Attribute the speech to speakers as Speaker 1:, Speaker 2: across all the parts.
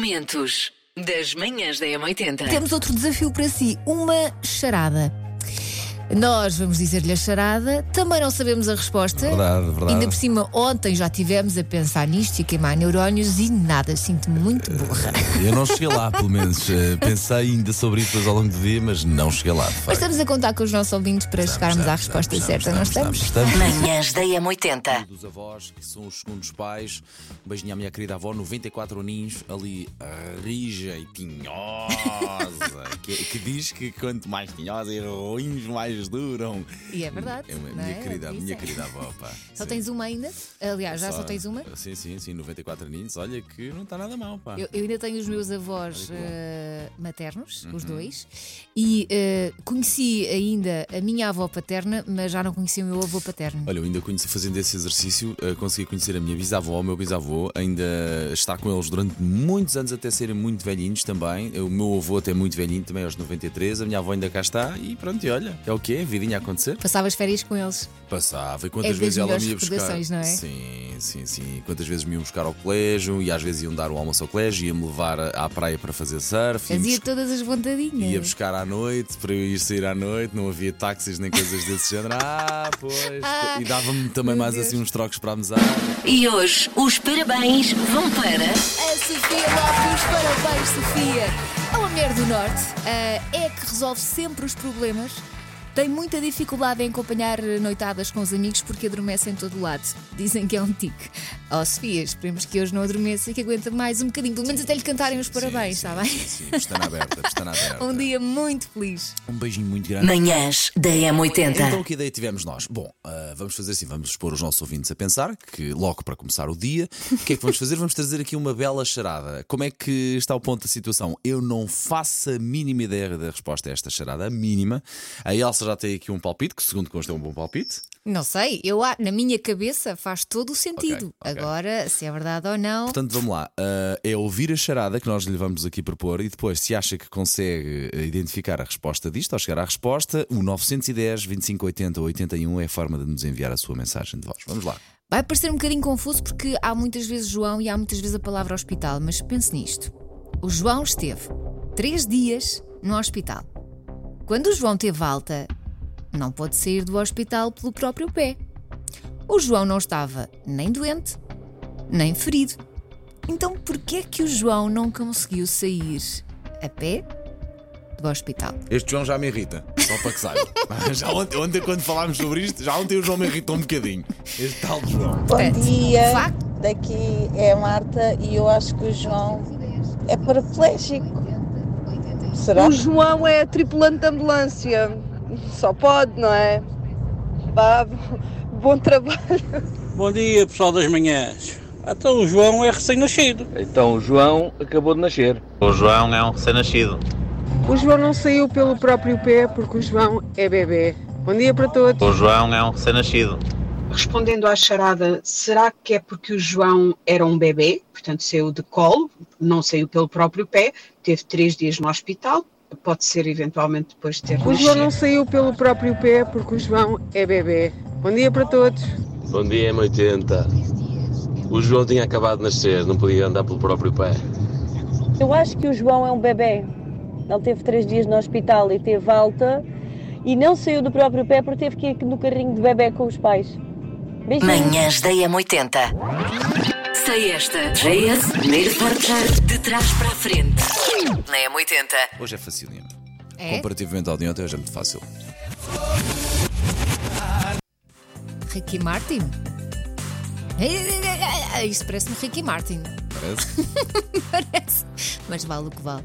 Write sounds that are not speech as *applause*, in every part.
Speaker 1: Momentos das manhãs da M80.
Speaker 2: Temos outro desafio para si, uma charada. Nós vamos dizer-lhe a charada, também não sabemos a resposta.
Speaker 3: Verdade, verdade.
Speaker 2: Ainda por cima, ontem já tivemos a pensar nisto e a queimar neurónios e nada, sinto-me muito burra.
Speaker 3: Eu não cheguei lá, pelo menos. Eh, Pensei ainda sobre isso depois ao longo do dia, mas não cheguei lá, de facto.
Speaker 2: Mas estamos a contar com os nossos ouvintes para chegarmos à resposta certa, não estamos?
Speaker 3: estamos.
Speaker 1: Manhãs da M80.
Speaker 4: dos avós, que são os segundos pais. Um beijinho à minha querida avó, 94 aninhos, ali rejeitinhosa, que, que diz que quanto mais tinhosa e ruins, mais duram.
Speaker 2: E é verdade,
Speaker 4: É uma-
Speaker 2: não
Speaker 4: minha
Speaker 2: é?
Speaker 4: querida,
Speaker 2: Isso
Speaker 4: minha
Speaker 2: é.
Speaker 4: querida avó, pá.
Speaker 2: Só
Speaker 4: Sim.
Speaker 2: tens uma ainda? Aliás, já só, tens uma?
Speaker 4: Sim, sim, sim, 94 aninhos, olha que não está nada mal, pá.
Speaker 2: Eu, eu ainda tenho os meus avós eh, maternos, os dois, e eh, conheci ainda a minha avó paterna, mas já não conheci o meu avô paterno.
Speaker 4: Olha, eu ainda conheci, fazendo esse exercício, eh, consegui conhecer a minha bisavó, o meu bisavô, ainda está com eles durante muitos anos até serem muito velhinhos também. O meu avô até muito velhinho, também aos 93, a minha avó ainda cá está e pronto, e olha, é o que é, vidinha a acontecer.
Speaker 2: Passava as férias com eles.
Speaker 4: Passava, e quantas
Speaker 2: É das
Speaker 4: vezes ela me ia
Speaker 2: melhores
Speaker 4: buscar?
Speaker 2: recordações, não é?
Speaker 4: Sim, sim, sim. Quantas vezes me iam buscar ao colégio e às vezes iam dar o almoço ao colégio, ia-me levar à- à praia para fazer surf.
Speaker 2: Fazia
Speaker 4: ia-me buscar-
Speaker 2: todas as vontadinhas.
Speaker 4: Ia buscar à noite, para eu ir sair à noite, não havia táxis nem coisas desse género. Ah, pois.
Speaker 2: Ah,
Speaker 4: e dava-me também
Speaker 2: meu
Speaker 4: mais
Speaker 2: Deus.
Speaker 4: assim uns trocos para a mesada.
Speaker 1: E hoje os parabéns vão para.
Speaker 2: A Sofia Lopes, parabéns, Sofia! É uma mulher do Norte, ah, é que resolve sempre os problemas, tem muita dificuldade em acompanhar noitadas com os amigos porque adormece em todo o lado. Dizem que é um tique. Oh, Sofia, esperemos que hoje não adormeça e que aguenta mais um bocadinho, pelo menos até lhe cantarem os parabéns,
Speaker 4: sim,
Speaker 2: está bem?
Speaker 4: Sim, sim, pestana aberta,
Speaker 2: *laughs*
Speaker 4: pestana aberta.
Speaker 2: Um dia muito feliz.
Speaker 4: Um beijinho muito grande.
Speaker 1: Manhãs da
Speaker 4: Então,
Speaker 1: M80.
Speaker 4: que ideia tivemos nós? Bom, ah, vamos fazer assim, vamos expor os nossos ouvintes a pensar, que logo para começar o dia, o que é que vamos fazer? Vamos trazer aqui uma bela charada. Como é que está o ponto da situação? Eu não faço a mínima ideia da resposta a esta charada, a mínima. A Elsa já tem aqui um palpite, que segundo consta é um bom palpite.
Speaker 2: Não sei, eu a- na minha cabeça faz todo o sentido.
Speaker 4: ok.
Speaker 2: Agora, se é verdade ou não.
Speaker 4: Portanto, vamos lá. Ah, é ouvir a charada que nós lhe vamos aqui propor e depois, se acha que consegue eh, identificar a resposta disto ou chegar à resposta, o 910 2580 81 é a forma de nos enviar a sua mensagem de voz. Vamos lá.
Speaker 2: Vai parecer um bocadinho confuso porque há muitas vezes João e há muitas vezes a palavra hospital, mas pense nisto. O João esteve três dias no hospital. Quando o João teve alta, não pôde sair do hospital pelo próprio pé. O João não estava nem doente, nem ferido. Então, porquê é que o João não conseguiu sair a pé do hospital?
Speaker 4: Este João já me irrita, só para que saiba. Ah, já ontem, ontem, quando falámos sobre isto, já ontem o João me irritou um bocadinho. Este tal de João.
Speaker 5: Bom
Speaker 2: Portanto,
Speaker 6: É.
Speaker 5: dia,
Speaker 2: facto-
Speaker 5: daqui é a Marta e eu acho que o João é paraplégico. Será?
Speaker 7: O João é tripulante de ambulância. Só pode, não é? Vá, bo- bom trabalho.
Speaker 8: Bom dia, pessoal das manhãs. Então o João é recém-nascido.
Speaker 9: Então o João acabou de nascer.
Speaker 10: O João é um recém-nascido.
Speaker 7: O João não saiu pelo próprio pé porque o João é bebê. Bom dia para todos.
Speaker 10: O João é um recém-nascido.
Speaker 11: Respondendo à charada, será que é porque o João era um bebê, portanto saiu de colo, não saiu pelo próprio pé, teve três dias no hospital, pode ser eventualmente depois de ter
Speaker 7: O João não
Speaker 11: nascido.
Speaker 7: saiu pelo próprio pé porque o João é bebê. Bom dia para todos.
Speaker 9: Bom dia, M80. O João tinha acabado de nascer, não podia andar pelo próprio pé.
Speaker 6: Eu acho que o João é um bebê. Ele teve três dias no hospital e teve alta e não saiu do próprio pé porque teve que ir no carrinho de bebê com os pais. Beijinhos.
Speaker 1: Manhãs da M80. Sei esta. JS, primeiro portar de trás para a frente. Na M80.
Speaker 4: Hoje é facilino.
Speaker 2: é?
Speaker 4: Comparativamente ao de ontem, hoje é muito fácil.
Speaker 2: Ricky Martin? É, Isto parece-me Ricky Martin.
Speaker 4: Parece? *laughs*
Speaker 2: *laughs* Parece. Mas vale o que vale.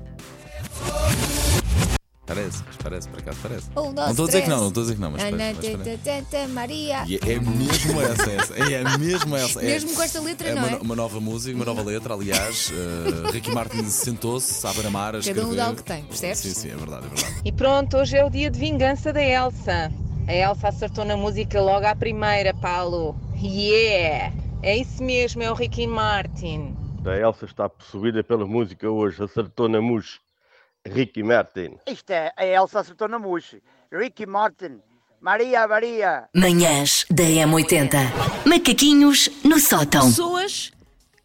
Speaker 4: Parece, mas parece, por acaso parece.
Speaker 2: Um, dois,
Speaker 4: Não estou a dizer que
Speaker 2: três.
Speaker 4: não, não estou a dizer que Oh, não, mas
Speaker 2: Ana,
Speaker 4: parece. mas parece.
Speaker 2: tã, tã, tã, Maria.
Speaker 4: E é mesmo essa, essa. É mesmo essa. É-
Speaker 2: Mesmo com esta letra,
Speaker 4: é
Speaker 2: não
Speaker 4: uma,
Speaker 2: é?
Speaker 4: no- uma nova música, uma nova letra, aliás. eh, Ricky Martin sentou-se, sabe amar, a
Speaker 2: Cada um dá
Speaker 4: escrever.
Speaker 2: o que tem, percebes?
Speaker 4: Sim, sim, é verdade, é verdade.
Speaker 6: E pronto, hoje é o dia de vingança da Elsa. A Elsa acertou na música logo à primeira, Paulo. Yeah! É isso mesmo, é o Ricky Martin.
Speaker 9: A Elsa está possuída pela música hoje, acertou na mus. Ricky Martin.
Speaker 5: Isto é, a Elsa acertou na mousse. Ricky Martin, Maria Maria.
Speaker 1: Manhãs da M80. Macaquinhos no sótão.
Speaker 6: Pessoas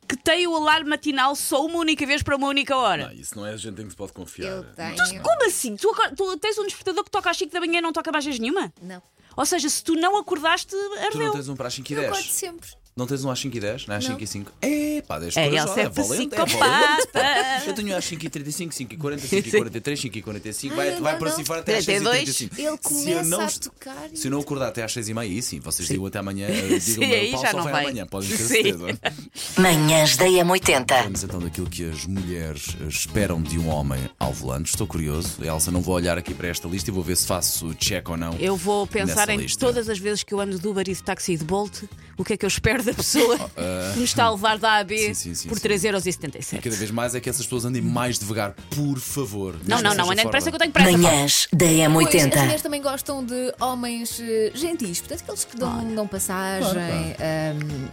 Speaker 12: que tem o alarme matinal só uma única vez para uma única hora.
Speaker 4: Isso não é a gente em que se pode confiar.
Speaker 2: Eu tenho.
Speaker 12: Tu- como assim? Tu, aco- tu tens um despertador que toca às 5 da manhã e não toca mais vezes nenhuma?
Speaker 2: Não.
Speaker 12: Ou seja, se tu não acordaste,
Speaker 4: Tu não
Speaker 12: ardeu.
Speaker 4: tens um para as 5 e
Speaker 2: Eu acordo
Speaker 4: 10?
Speaker 2: sempre.
Speaker 4: Não tens um às 5 e 10? Não é às
Speaker 2: Não.
Speaker 4: 5 e 5? É, pá, 10
Speaker 12: É,
Speaker 4: por
Speaker 12: ele
Speaker 4: hora,
Speaker 12: é
Speaker 4: é valente, é valente.
Speaker 12: psicopata.
Speaker 4: pá. Eu tenho às 5 e 35, 5 e 40, 5 e 43, 5 e 45,
Speaker 2: Ai,
Speaker 4: vai,
Speaker 2: não,
Speaker 4: vai
Speaker 2: não,
Speaker 4: para
Speaker 2: não.
Speaker 4: si fora até às 6 e 35.
Speaker 2: Ele
Speaker 4: Se eu
Speaker 2: começa
Speaker 4: não
Speaker 2: a
Speaker 4: est-
Speaker 2: tocar. e-
Speaker 4: Se eu não acordar até às 6 e meia, aí sim, vocês digam até
Speaker 12: *laughs*
Speaker 4: amanhã, digam
Speaker 1: Sim,
Speaker 4: o
Speaker 1: aí
Speaker 4: Paulo
Speaker 1: já
Speaker 4: só
Speaker 1: não
Speaker 4: vai
Speaker 1: vai.
Speaker 4: amanhã, podem ter
Speaker 1: Sim.
Speaker 4: certeza.
Speaker 1: Manhãs da M80.
Speaker 4: Vamos então daquilo que as mulheres eh, esperam de um homem ao volante. Estou curioso. Elsa, não vou olhar aqui para esta lista e vou ver se faço check ou não.
Speaker 12: Eu vou pensar
Speaker 4: nessa
Speaker 12: em
Speaker 4: lista.
Speaker 12: todas as vezes que eu ando do Uber e de táxi e de Bolt, o que é que eu espero da pessoa
Speaker 4: *laughs* ah.
Speaker 12: que me está a levar da AB
Speaker 4: Sim, sim, sim,
Speaker 12: por
Speaker 4: sim.
Speaker 12: 3,77€.
Speaker 4: E cada vez mais é que essas pessoas andem mais devagar, por favor. Mesmo
Speaker 12: Não, não,
Speaker 4: que
Speaker 12: não,
Speaker 4: seja
Speaker 12: andem depressa que
Speaker 4: fora
Speaker 12: eu tenho pressa. pá.
Speaker 1: Manhãs da
Speaker 2: Pois, as
Speaker 1: M80.
Speaker 2: mulheres também gostam de homens eh, gentis, portanto, aqueles que dão, dão passagem, ahm,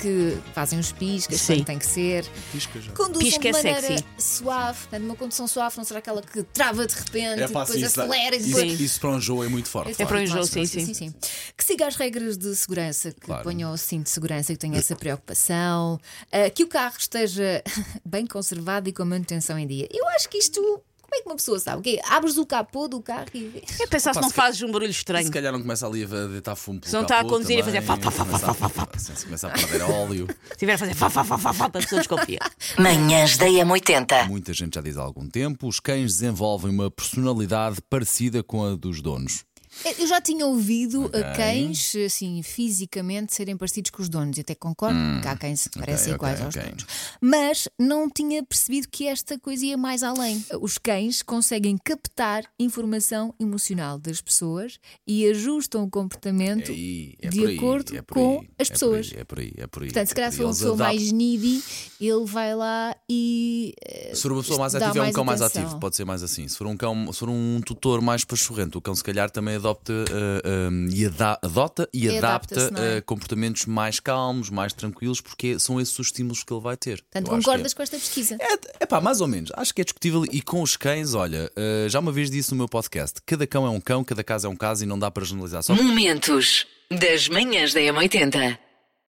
Speaker 2: que fazem os piscas,
Speaker 12: Sim.
Speaker 2: quando tem que ser.
Speaker 4: Pisca já.
Speaker 2: Conduzem
Speaker 12: Pisca é
Speaker 2: de maneira
Speaker 12: sexy.
Speaker 2: suave, portanto, uma condução suave não será aquela que trava de repente
Speaker 4: É
Speaker 2: e
Speaker 4: pá,
Speaker 2: depois
Speaker 4: sim, isso-
Speaker 2: acelera e
Speaker 4: isso,
Speaker 2: depois.
Speaker 4: isso para um jogo é muito forte.
Speaker 2: Esse
Speaker 12: para um
Speaker 2: tipo
Speaker 12: enjoo,
Speaker 2: mais forte,
Speaker 12: sim, sim.
Speaker 2: sim. Que siga as regras de segurança, que
Speaker 4: Claro.
Speaker 2: ponha o cinto de segurança, que tenha essa preocupação, ah, que o carro esteja *laughs* bem conservado e com a manutenção em dia. Eu acho que isto. Como é que uma pessoa sabe? O quê? Abres o capô do carro e.
Speaker 12: É pensar se
Speaker 4: Opa,
Speaker 12: não
Speaker 4: se calhar-
Speaker 12: fazes um barulho
Speaker 4: Se
Speaker 12: estranho. um
Speaker 4: calhar não começa ali a deitar fumo pelo
Speaker 12: Se não está a
Speaker 4: capô
Speaker 12: conduzir e a fazer
Speaker 4: também,
Speaker 12: fa, fa, fa,
Speaker 4: começa a- Sim, se começa a perder óleo.
Speaker 12: Se tiver a fazer fá, fá, fá, fá, fá, a pessoa desconfia.
Speaker 1: Manhãs da M80.
Speaker 4: Muita gente já diz há algum tempo: os cães desenvolvem uma personalidade parecida com a dos donos.
Speaker 2: Eh, Eu já tinha ouvido
Speaker 4: Ok.
Speaker 2: a cães, assim, fisicamente serem parecidos com os donos, e até concordo que há cães que se parecem
Speaker 4: Hum. ok,
Speaker 2: iguais
Speaker 4: ok.
Speaker 2: É assim aos donos. Mas não tinha percebido que esta coisa ia mais além. Os cães conseguem captar informação emocional das pessoas e ajustam o comportamento
Speaker 4: Aí, é
Speaker 2: de
Speaker 4: por aí,
Speaker 2: acordo
Speaker 4: é por
Speaker 2: com
Speaker 4: aí,
Speaker 2: as
Speaker 4: é por
Speaker 2: pessoas.
Speaker 4: aí, É por aí, é por aí.
Speaker 2: Portanto, se calhar
Speaker 4: é
Speaker 2: se for
Speaker 4: por aí.
Speaker 2: uma
Speaker 4: Eles
Speaker 2: pessoa mais
Speaker 4: adaptam-
Speaker 2: needy, ele vai lá e. eh,
Speaker 4: Se for uma pessoa mais
Speaker 2: dá
Speaker 4: ativa, é um
Speaker 2: mais
Speaker 4: cão mais
Speaker 2: atenção.
Speaker 4: ativo, pode ser mais assim. Se for um cão, se for um tutor mais pachorrento, o cão se calhar também adopta ah, ah, e ada- adota e,
Speaker 2: E
Speaker 4: adapta,
Speaker 2: adapta-se, não é?
Speaker 4: ah, comportamentos mais calmos, mais tranquilos, porque são esses os estímulos que ele vai ter.
Speaker 2: Portanto,
Speaker 4: Eu acho que
Speaker 2: concordas com esta pesquisa?
Speaker 4: é. É pá, mais ou menos. Acho que é discutível. E com os cães, olha, ah, já uma vez disse no meu podcast: cada cão é um cão, cada casa é um caso e não dá para generalizar. Só
Speaker 1: Momentos das manhãs da M80.